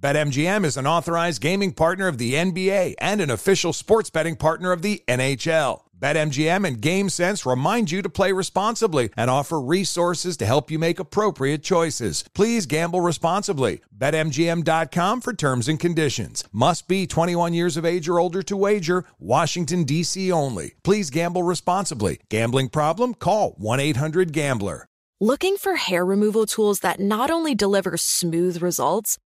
BetMGM is an authorized gaming partner of the NBA and an official sports betting partner of the NHL. BetMGM and GameSense remind you to play responsibly and offer resources to help you make appropriate choices. Please gamble responsibly. BetMGM.com for terms and conditions. Must be 21 years of age or older to wager. Washington, D.C. only. Please gamble responsibly. Gambling problem? Call 1 800 Gambler. Looking for hair removal tools that not only deliver smooth results,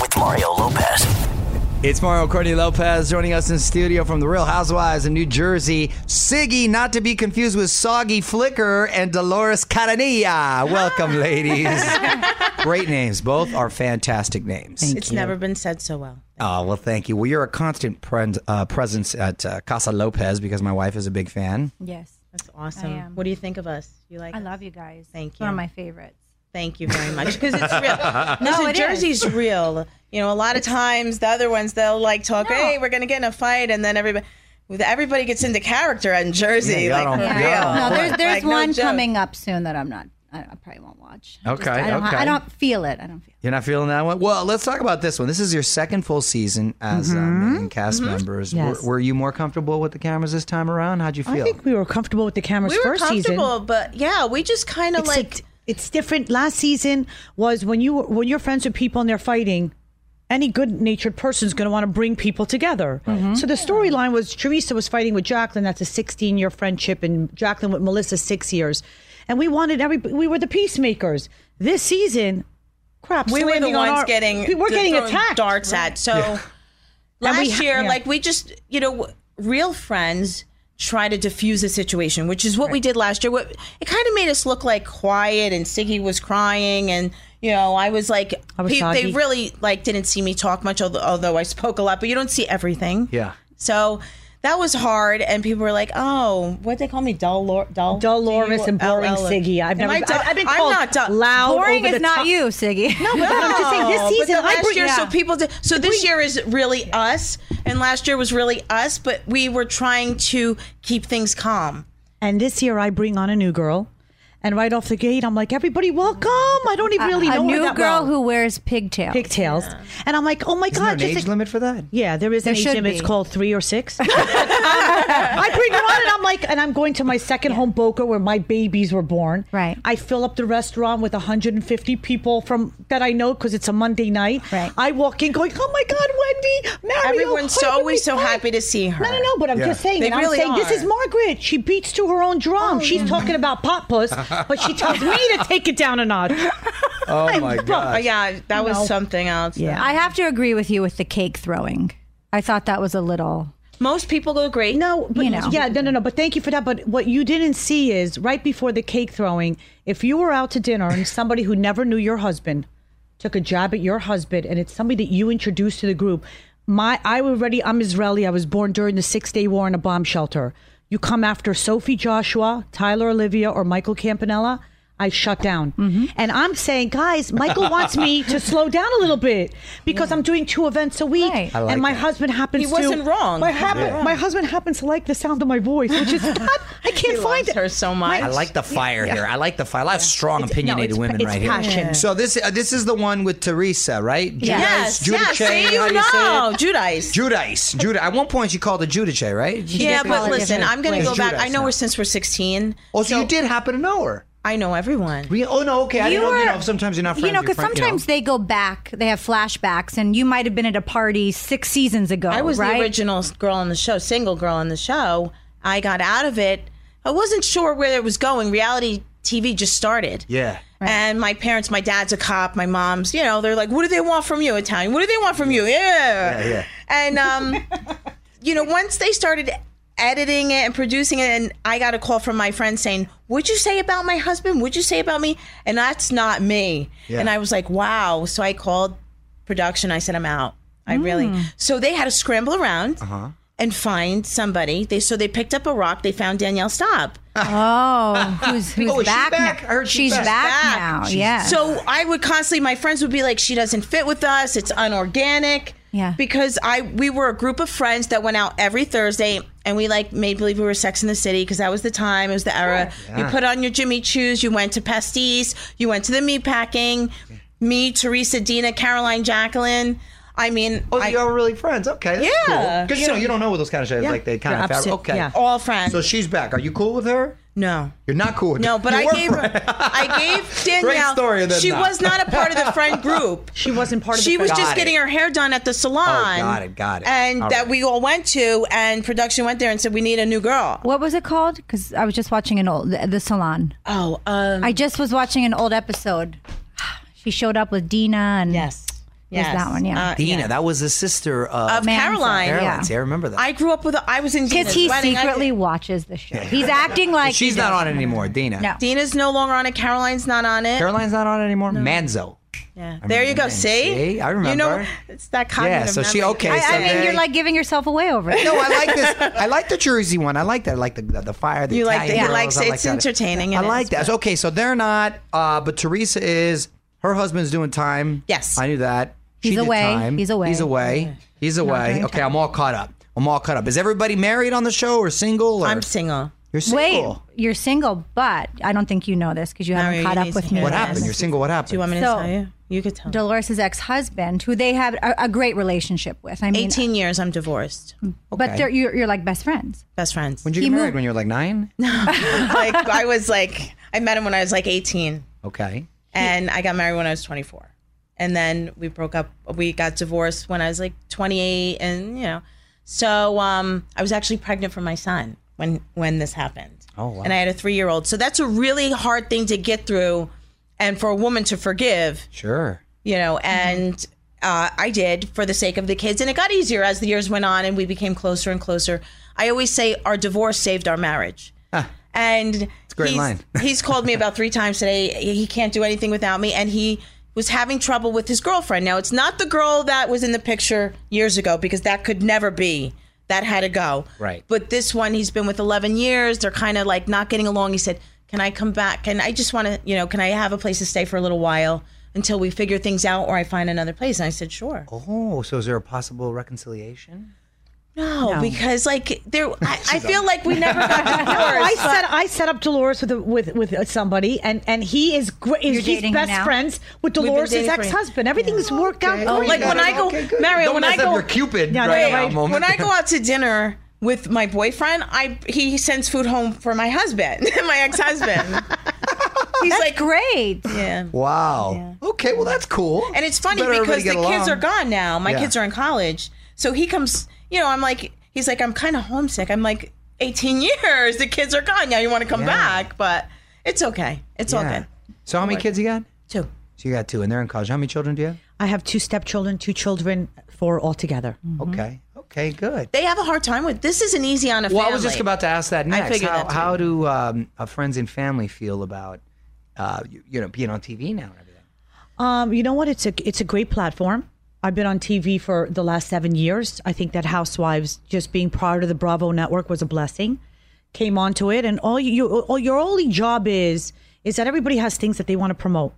with Mario Lopez. It's Mario Courtney Lopez joining us in studio from the Real Housewives of New Jersey. Siggy, not to be confused with Soggy Flicker and Dolores Caranilla. Welcome, ladies. Great names. Both are fantastic names. It's never been said so well. Oh, well, thank you. Well, you're a constant pres- uh, presence at uh, Casa Lopez because my wife is a big fan. Yes. That's awesome. am. What do you think of us? You like? I us? love you guys. Thank One you. of my favorites. Thank you very much because it's real. Listen, it is. Jersey's real. You know, a lot of times the other ones they'll like talk, No. hey, we're gonna get in a fight, and then everybody, everybody gets into character in Jersey. Yeah, y'all like, don't- for real. y'all No, Oh, there's Like, there's no one joke. coming up soon that I'm not. I, I probably won't watch. I Okay, I don't, okay. I don't feel it. I don't feel. You're not feeling that one? Well, let's talk about this one. This is your second full season as um, main cast members. Mm-hmm. Yes. Were, were you more comfortable with the cameras this time around? How'd you feel? I think we were comfortable with the cameras We were first season. comfortable, but yeah, we just kind of It's like. like it's different. Last season was when you when you're friends with people and they're fighting. Any good-natured person's going to want to bring people together. So the storyline was Teresa was fighting with Jacqueline. That's a 16-year friendship, and Jacqueline with Melissa six years. And we wanted every we were the peacemakers. This season, crap. we still were the ending on ones our- getting we were th- getting thrown attacked. darts at. So And last we ha- year, yeah. like we just you know w- real friends try to diffuse the situation, which is what we did last year. What it kind of made us look like quiet, and Siggy was crying, and you know I was like was pe- they soggy. really like didn't see me talk much, although, although I spoke a lot, but you don't see everything. Yeah. So. That was hard, and people were like, "Oh, what they call me, dull, Lor- dull, Dolores and boring DULL. Siggy. I've Am never. I dull? I've been I'm called not dull. loud. Boring over is the not top. you, Siggy. No, But I'm just saying, Oh, this season, but the I last bring, year, yeah. so people did. So this year is really us, and last year was really us. But we were trying to keep things calm. And this year, I bring on a new girl. And right off the gate, I'm like, everybody, welcome. I don't even really a know her new that girl well. who wears pigtails. pigtails. And I'm like, oh my Isn't there God. an just age a- limit for that? yeah, there is an There age should limit. be. It's called three or six. I bring her on and I'm like, and I'm going to my second home, Boca, where my babies were born. Right. I fill up the restaurant with 150 people from that I know because it's a Monday night. Right. I walk in going, oh my God, Wendy, Mario. Everyone's so hi, always so Wendy, hi." happy to see her. No, no, no. But I'm Yeah. just saying. They and I'm really saying this are. is Margaret. She beats to her own drum. She's talking about pot puss, but she tells me to take it down a notch. Oh, my Oh God. yeah, that was something else. Yeah. I have to agree with you with the cake throwing. I thought that was a little. most people agree. No, but You know. yeah, no, no, no. But thank you for that. But what you didn't see is right before the cake throwing, if you were out to dinner and somebody who never knew your husband took a jab at your husband, and it's somebody that you introduced to the group. My, I already, I'm Israeli. I was born during the Six Day War in a bomb shelter. You come after Sophie Joshua, Tyler Olivia, or Michael Campanella. I shut down. And I'm saying, guys, Michael wants me to slow down a little bit because I'm doing two events a week. Right. I like and my that. husband happens He wasn't to- wrong. My, He hap- wasn't wrong. my husband happens to like the sound of my voice, which is not, I can't He find loves it. her so much. I like the fire here. I like the fire. I have strong, It's- no, opinionated it's- women it's right here. passion. So this uh, this is the one with Teresa, right? Yes, Judice, Judice, yes, see, how you do you know, say it? Judice. Judice, Judah. At one point, you called her Judice, right? yeah, but listen, I'm going to It's go back. Judice I know now. her since we're 16. Oh, so, So- you did happen to know her? I know everyone. Re- oh no, okay. I didn't know, you know. Sometimes you're not friends. You know, with your because friend, sometimes you know. they go back, they have flashbacks, and you might have been at a party six seasons ago. I was right? the original girl on the show, single girl on the show. I got out of it. I wasn't sure where it was going. Reality TV just started. Yeah. And my parents, my dad's a cop, my mom's, you know, they're like, what do they want from you, Italian? What do they want from you? Yeah. Yeah, yeah. And, um, you know, once they started editing it and producing it, and I got a call from my friend saying, would you say about my husband? Would you say about me? And that's not me. Yeah. And I was like, wow. So I called production. I said, I'm out. I really. So they had to scramble around. And find somebody. They so they picked up a rock. They found Danielle Staub. Oh, who's who's Oh, is she back, back? now? I heard she's she's back. back, Back. now. yeah. So I would constantly, my friends would be like, "She doesn't fit with us. It's unorganic." Yeah. Because I, we were a group of friends that went out every Thursday, and we like made believe we were Sex in the City because that was the time. It was the era. You put on your Jimmy Choo's. You went to Pastis. You went to the meat packing. Me, Teresa, Dina, Caroline, Jacqueline. I mean, Oh, I- you're really friends. Okay. That's Yeah. Because you know you don't know with those kind of shows. Like they kind They're of fab- opposite, okay. yeah. all friends. So she's back. Are you cool with her? no. You're not cool with No, her. but You I were gave her, friends. I gave Danielle. story, and then she not. was not a part of the friend group. She wasn't part of the she was friend- just Got it. getting her hair done at the salon. Oh, got it, got it. And All that right. we all went to, and production went there and said, "We need a new girl." what was it called? Because I was just watching an old the, the salon. Oh, um, I just was watching an old episode. She showed up with Dina and yes, There's yes, that one, yeah. Dina, that was the sister of, of Manson, Caroline. yeah. Caroline. See, I remember that. I grew up with. a- I was in because Dina's he wedding. I- secretly watches the show. He's acting like She's not on it anymore. Dina. No. Dina's no longer on it. Caroline's not on it. Caroline's not on it anymore. Manzo. yeah. There you go. that. See? See? I You know, remember. it's that Yeah. cognitive So she memory. okay. I, so I mean, they- you're like giving yourself away over it. No, I like this. I like the Jersey one. I like that. I like the the, the fire. The You like Italian that. You girls. like- I it's entertaining, I it like is, that. but- Okay, so they're not. Uh, but Teresa is. Her husband's doing time. Yes. I knew that. He's did away. time. He's away. He's away. He's away. Okay, I'm all caught up. I'm all caught up. Is everybody married on the show or single? Or? I'm single. You're Wait, single. you're single, but I don't think you know this because you haven't you caught need up to with hear me. What Yes. happened? You're single. What happened? Do you want me to So- tell you? You could tell. Dolores' ex-husband, who they have a, a great relationship with. I mean, 18 years. I'm divorced. but they're, you're, you're like best friends. Best friends. When did you he get married? moved- When you were like nine? like I was like, I met him when I was like 18. Okay. and I got married when I was 24. And then we broke up. We got divorced when I was like 28, and you know, so um, I was actually pregnant for my son when when this happened. Oh wow! And I had a three year old, so that's a really hard thing to get through, and for a woman to forgive, Sure. you know. And uh, I did for the sake of the kids, and it got easier as the years went on, and we became closer and closer. I always say our divorce saved our marriage. And it's great he's, line. he's called me about three times today. He can't do anything without me, and he was having trouble with his girlfriend. Now it's not the girl that was in the picture years ago because that could never be. That had to go. Right. But this one, he's been with 11 years. They're kind of like not getting along. He said, "Can I come back? Can I just want to, you know, can I have a place to stay for a little while until we figure things out, or I find another place?" And I said, "Sure." Oh, so is there a possible reconciliation? No, because like there, I, I feel like we never got divorced. I set I set up Dolores with a, with with uh, somebody, and and he is great. He's dating him best now? friends with been Dolores' dating for- ex husband. Everything's worked out. Oh, great. like when I go, Mario, Don't when mess I go, up your Cupid Yeah, right right. now, Wait, moment. when I go out to dinner with my boyfriend, I he sends food home for my husband, my ex husband. He's like, Great. yeah. Wow. Okay, well that's cool. And it's funny Better everybody because the get kids along. are gone now. My Yeah. kids are in college, so he comes. You know, I'm like, he's like, I'm kind of homesick. I'm like, 18 years. The kids are gone now. You want to come Yeah. back, but it's okay. It's all Yeah. good. So how many kids you got? Two. So you got two, and they're in college. How many children do you have? I have two stepchildren, two children, four altogether. Okay. Okay. Good. Mm-hmm. They have a hard time with this. Isn't easy on a Well, family. I was just about to ask that next. figured how that too. how do um, uh, friends and family feel about uh, you, you know being on TV now and everything? Um, you know what? It's a it's a great platform. I've been on TV for the last seven years. I think that Housewives just being part of the Bravo network was a blessing. Came onto it, and all you, you all your only job is is that everybody has things that they want to promote.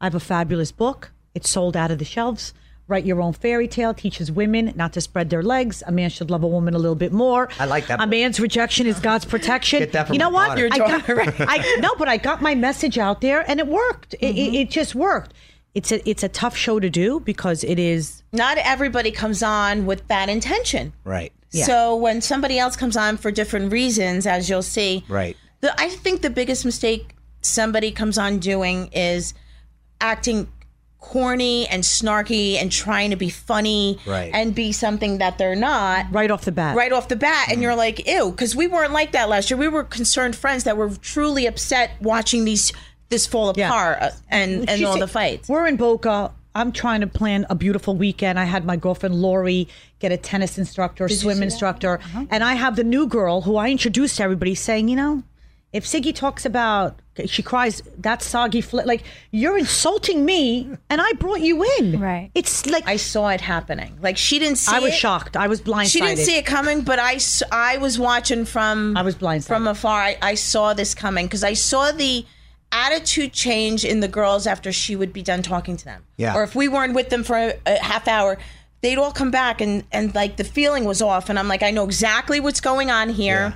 I have a fabulous book. It's sold out of the shelves. Write Your Own Fairy Tale teaches women not to spread their legs. A man should love a woman a little bit more. I like that A book. man's rejection is God's protection. Get that from you know my what? daughter. Your I got, I, no, but I got my message out there and it worked. It, Mm-hmm. it, it just worked. It's a it's a tough show to do because it is Not everybody comes on with that intention. Right. So when somebody else comes on for different reasons, as you'll see, Right. The, I think the biggest mistake somebody comes on doing is acting corny and snarky and trying to be funny Right. and be something that they're not right Mm-hmm. off the bat. right off the bat and you're like ew because we weren't like that last year we were concerned friends that were truly upset watching these this fall Yeah. apart uh, and and She all said, the fights We're in Boca. I'm trying to plan a beautiful weekend. I had my girlfriend Lori get a tennis instructor, swim instructor, Uh-huh. and I have the new girl who I introduced to everybody saying, you know, if Siggy talks about she cries that's soggy fl-, like you're insulting me and I brought you in. Right. It's like i I, saw it happening like she didn't see was it. shocked. I was blindsided. she didn't see it coming but i s- I was watching from I was blindsided. from afar i, I saw this coming because i saw the attitude change in the girls after she would be done talking to them Yeah. or if we weren't with them for a, a half hour they'd all come back and and like the feeling was off and i'm like i know exactly what's going on here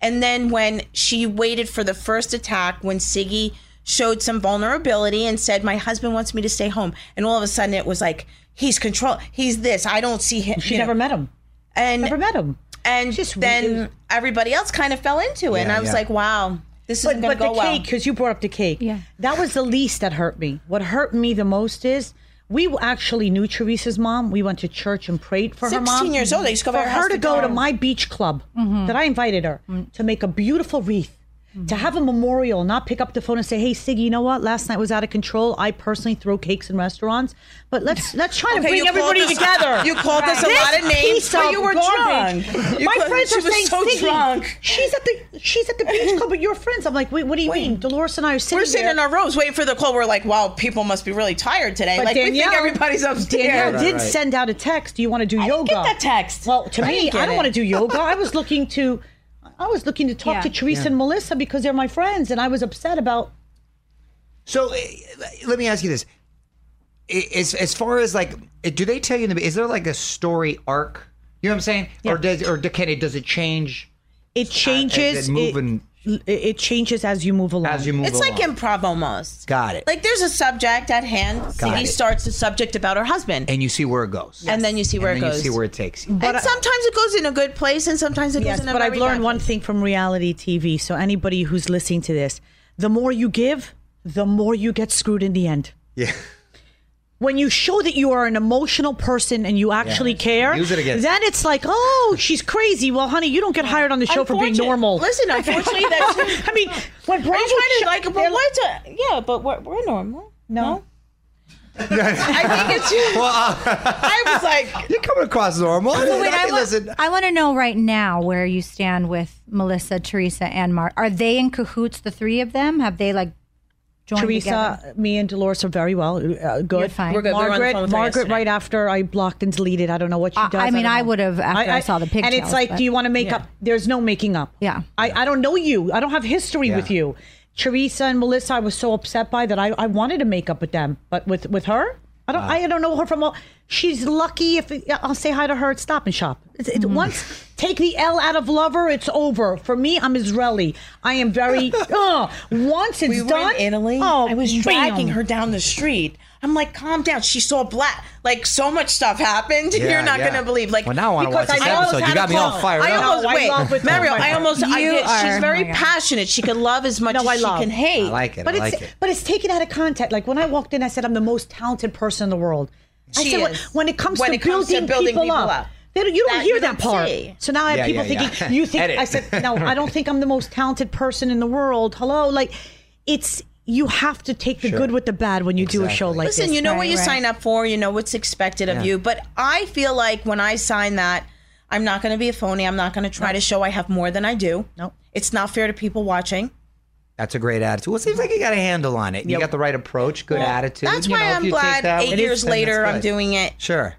and then when she waited for the first attack when siggy showed some vulnerability and said my husband wants me to stay home and all of a sudden it was like he's control he's this i don't see him She you know. never met him. and Never met him. and Just then weird. everybody else kind of fell into it. and Yeah, I was yeah. like, wow, this But, isn't going but to go the well. cake, because you brought up the cake. Yeah. That was the least that hurt me. What hurt me the most is we actually knew Teresa's mom. We went to church and prayed for her mom. 16 years old. I used to go by For her house her to to go to go. my beach club that I invited her to make a beautiful wreath, to have a memorial, not pick up the phone and say, "Hey, Siggy, you know what? Last night was out of control. I personally throw cakes in restaurants, but let's let's try to Okay, bring you called everybody us- together." you called us a This lot of names, piece but of you were garbage. drunk. You my called- friends she are was saying, so "Siggy, drunk." She's at the she's at the beach club, but your friends. I'm like, wait, what do you mean? Dolores and I are sitting. We're sitting there. in our rows waiting for the call. We're like, wow, people must be really tired today. But like, we Danielle- think everybody's upstairs. Danielle Right, did right. send out a text. Do you want to do I didn't yoga? get that text. Well, to I me, didn't get I don't it. want to do yoga. I was looking to, I was looking to talk Yeah. to Teresa and Melissa because they're my friends, and I was upset about. So eh, let me ask you this: I- as as far as like, eh, do they tell you? In the, is there like a story arc? You know what I'm saying? Or does or do- can it does it change It changes. it moving- It, it changes as you move along. as you move? It's like along? improv almost. Got it. Like, there's a subject at hand. Got Siggy it. starts a subject about her husband. And, and you see where it goes, then you see where and it then goes. you see where it takes you. and sometimes it goes in a good place and sometimes it Yes, goes in a but I've very learned bad one place. thing from reality TV. So anybody who's listening to this, the more you give, the more you get screwed in the end. Yeah. when you show that you are an emotional person and you actually care, Use it against- then it's like, oh, she's crazy. Well, honey, you don't get hired on the show for being Unfortunate- normal. Listen, unfortunately, that's. I mean, when Are Bravo you trying to shut- like? But they're- what's a, yeah, but we're, we're normal. No. I think it's you. uh, I was like, You're coming across normal. So wait, I, Okay, wa- listen. I want to know right now where you stand with Melissa, Teresa, and Mark. Are they in cahoots, the three of them? Have they like joined Teresa, together? me and Dolores are very well. Uh, good. You're fine. We're good. We were on the Margaret, phone with her Margaret, yesterday. right after I blocked and deleted. I don't know what she I- does. I mean, don't I know. would've after I saw the And pictures, it's like, but- do you want to make up? There's no making up. Yeah. I, I don't know you. I don't have history with Yeah. you. Teresa and Melissa, I was so upset by that. I, I wanted to make up with them, but with with her, I don't. I don't know her from. all She's lucky if it, I'll say hi to her at Stop and Shop. It's, it's Mm. Once take the L out of lover, it's over for me. I'm Israeli. I am very. uh, once it's we were done, in Italy. Oh, I was bam. dragging her down the street. I'm like, calm down. She saw black. Like so much stuff happened. Yeah, You're not yeah. gonna believe. Like, Well, now I wanna because watch this almost episode. had You got a me all call. fired I up. almost No, I wait, love it. Mario. Oh, my I almost. I You did. are- She's very my God. passionate. She could love as much No, as I she love. can hate. I like it. But I it's like it. but it's taken out of context. Like when I walked in, I said I'm the most talented person in the world. I She said, is. when it comes When to it comes to building, building people, people up. up. They don't, you don't That hear you that don't part. see. So now I have Yeah, people yeah, yeah. thinking, you think, Edit. I said, no, I don't think I'm the most talented person in the world. Hello. Like it's, you have to take the good with the bad when you do a show like Listen, this. you know Right, what you right. sign up for, you know what's expected of you. But I feel like when I sign that, I'm not going to be a phony. I'm not going to try to show I have more than I do. Nope. It's not fair to people watching. That's a great attitude. Well, it seems like you got a handle on it. You got the right approach, good attitude. That's you why know, if I'm you take glad that eight with- years then that's later I'm good. doing it. Sure.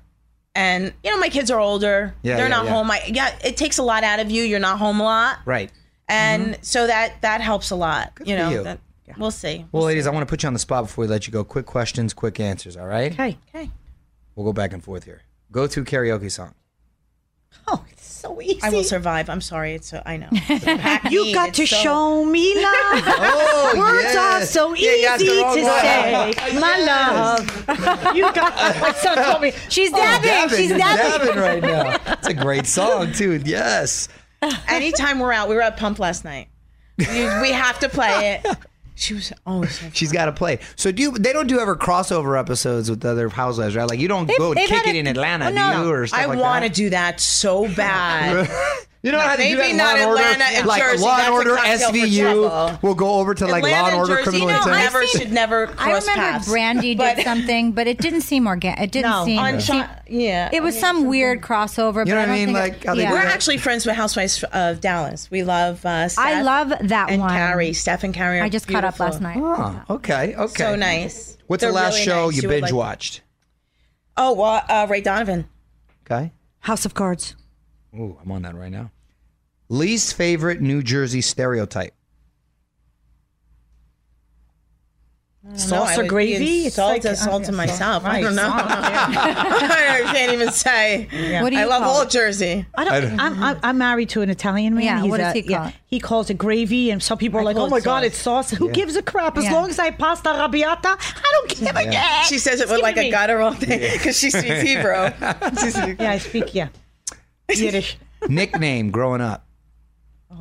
And, you know, my kids are older. Yeah, They're yeah, not yeah. home. I, yeah, it takes a lot out of you. You're not home a lot. Right. Mm-hmm. And so that that helps a lot. you for know, you. that- We'll see. Well, ladies, I want to put you on the spot before we let you go. Quick questions, quick answers. All right. Okay. Okay. We'll go back and forth here. Go to karaoke song. Oh, it's so easy. I will survive. I'm sorry. It's so I know. It's a pack You heat. got It's to so- show me love. Oh, Words yes. are so Yeah, easy you got the wrong to one. say. My love. You got my son told me. She's dabbing. She's you're dabbing. dabbing right now. It's a great song, too. Yes. Anytime we're out, we were at Pump last night. You- we have to play it. She was oh, so She's got to play. So do you, they don't do ever crossover episodes with other housewives, right? Like you don't go they've kick had it a- in Atlanta, Oh, no. do you? Or I stuff like want to that? do that so bad. You know how to do Maybe that in Law and not Atlanta Order? and like Jersey, Law that's and a Order, cocktail for SVU. trouble. We'll go over to like Law Atlanta and Order, Jersey, Criminal no, Intent. never should never I cross remember paths. Brandy But- did something, but it didn't seem organic. It didn't No, seem. on seem- Chi- yeah, It was on some weird crossover. You know what but I don't mean? think it- Like, how they do We're that. actually friends with Housewives of Dallas. We love uh, Steph I love that and one. Carrie. Steph and Carrie. Are I just caught up beautiful. last night. Oh, okay, okay. So nice. What's They're the last really show nice. you would binge like- watched? Oh, well, uh, Ray Donovan. Okay. House of Cards. Ooh, I'm on that right now. Least favorite New Jersey stereotype. No, I Salsa would be gravy. It's Insult, like- insult oh, to uh, yeah, myself. I don't right, know. I can't even say. What do I you love call old it? Jersey. I don't. I'm, I'm, I'm married to an Italian man. Yeah, He's what does a- he call it? He calls it gravy, and some people I are like, call "Oh it my god, sauce. it's sauce." Who gives a crap? As Yeah. long as I pasta arrabbiata, I don't give a Yeah. crap. She says it with like a guttural thing because she speaks Hebrew. Yeah, I speak yeah Yiddish. Nickname growing up.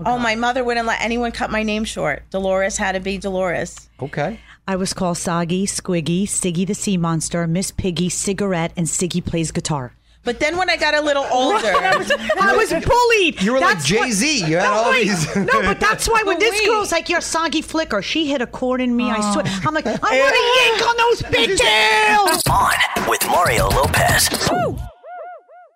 oh, my mother wouldn't let anyone cut my name short. Dolores had to be Dolores. Okay. I was called Soggy, Squiggy, Siggy the Sea Monster, Miss Piggy, Cigarette, and Siggy plays guitar. But then when I got a little older, I was bullied. You were That's like what- Jay Z. You had no, all wait. these. no, but that's why when But this wait. girl's like, "You're soggy flicker," she hit a chord in me. I Oh. swear, I'm like, I want to yank on those big tails. On with Mario Lopez.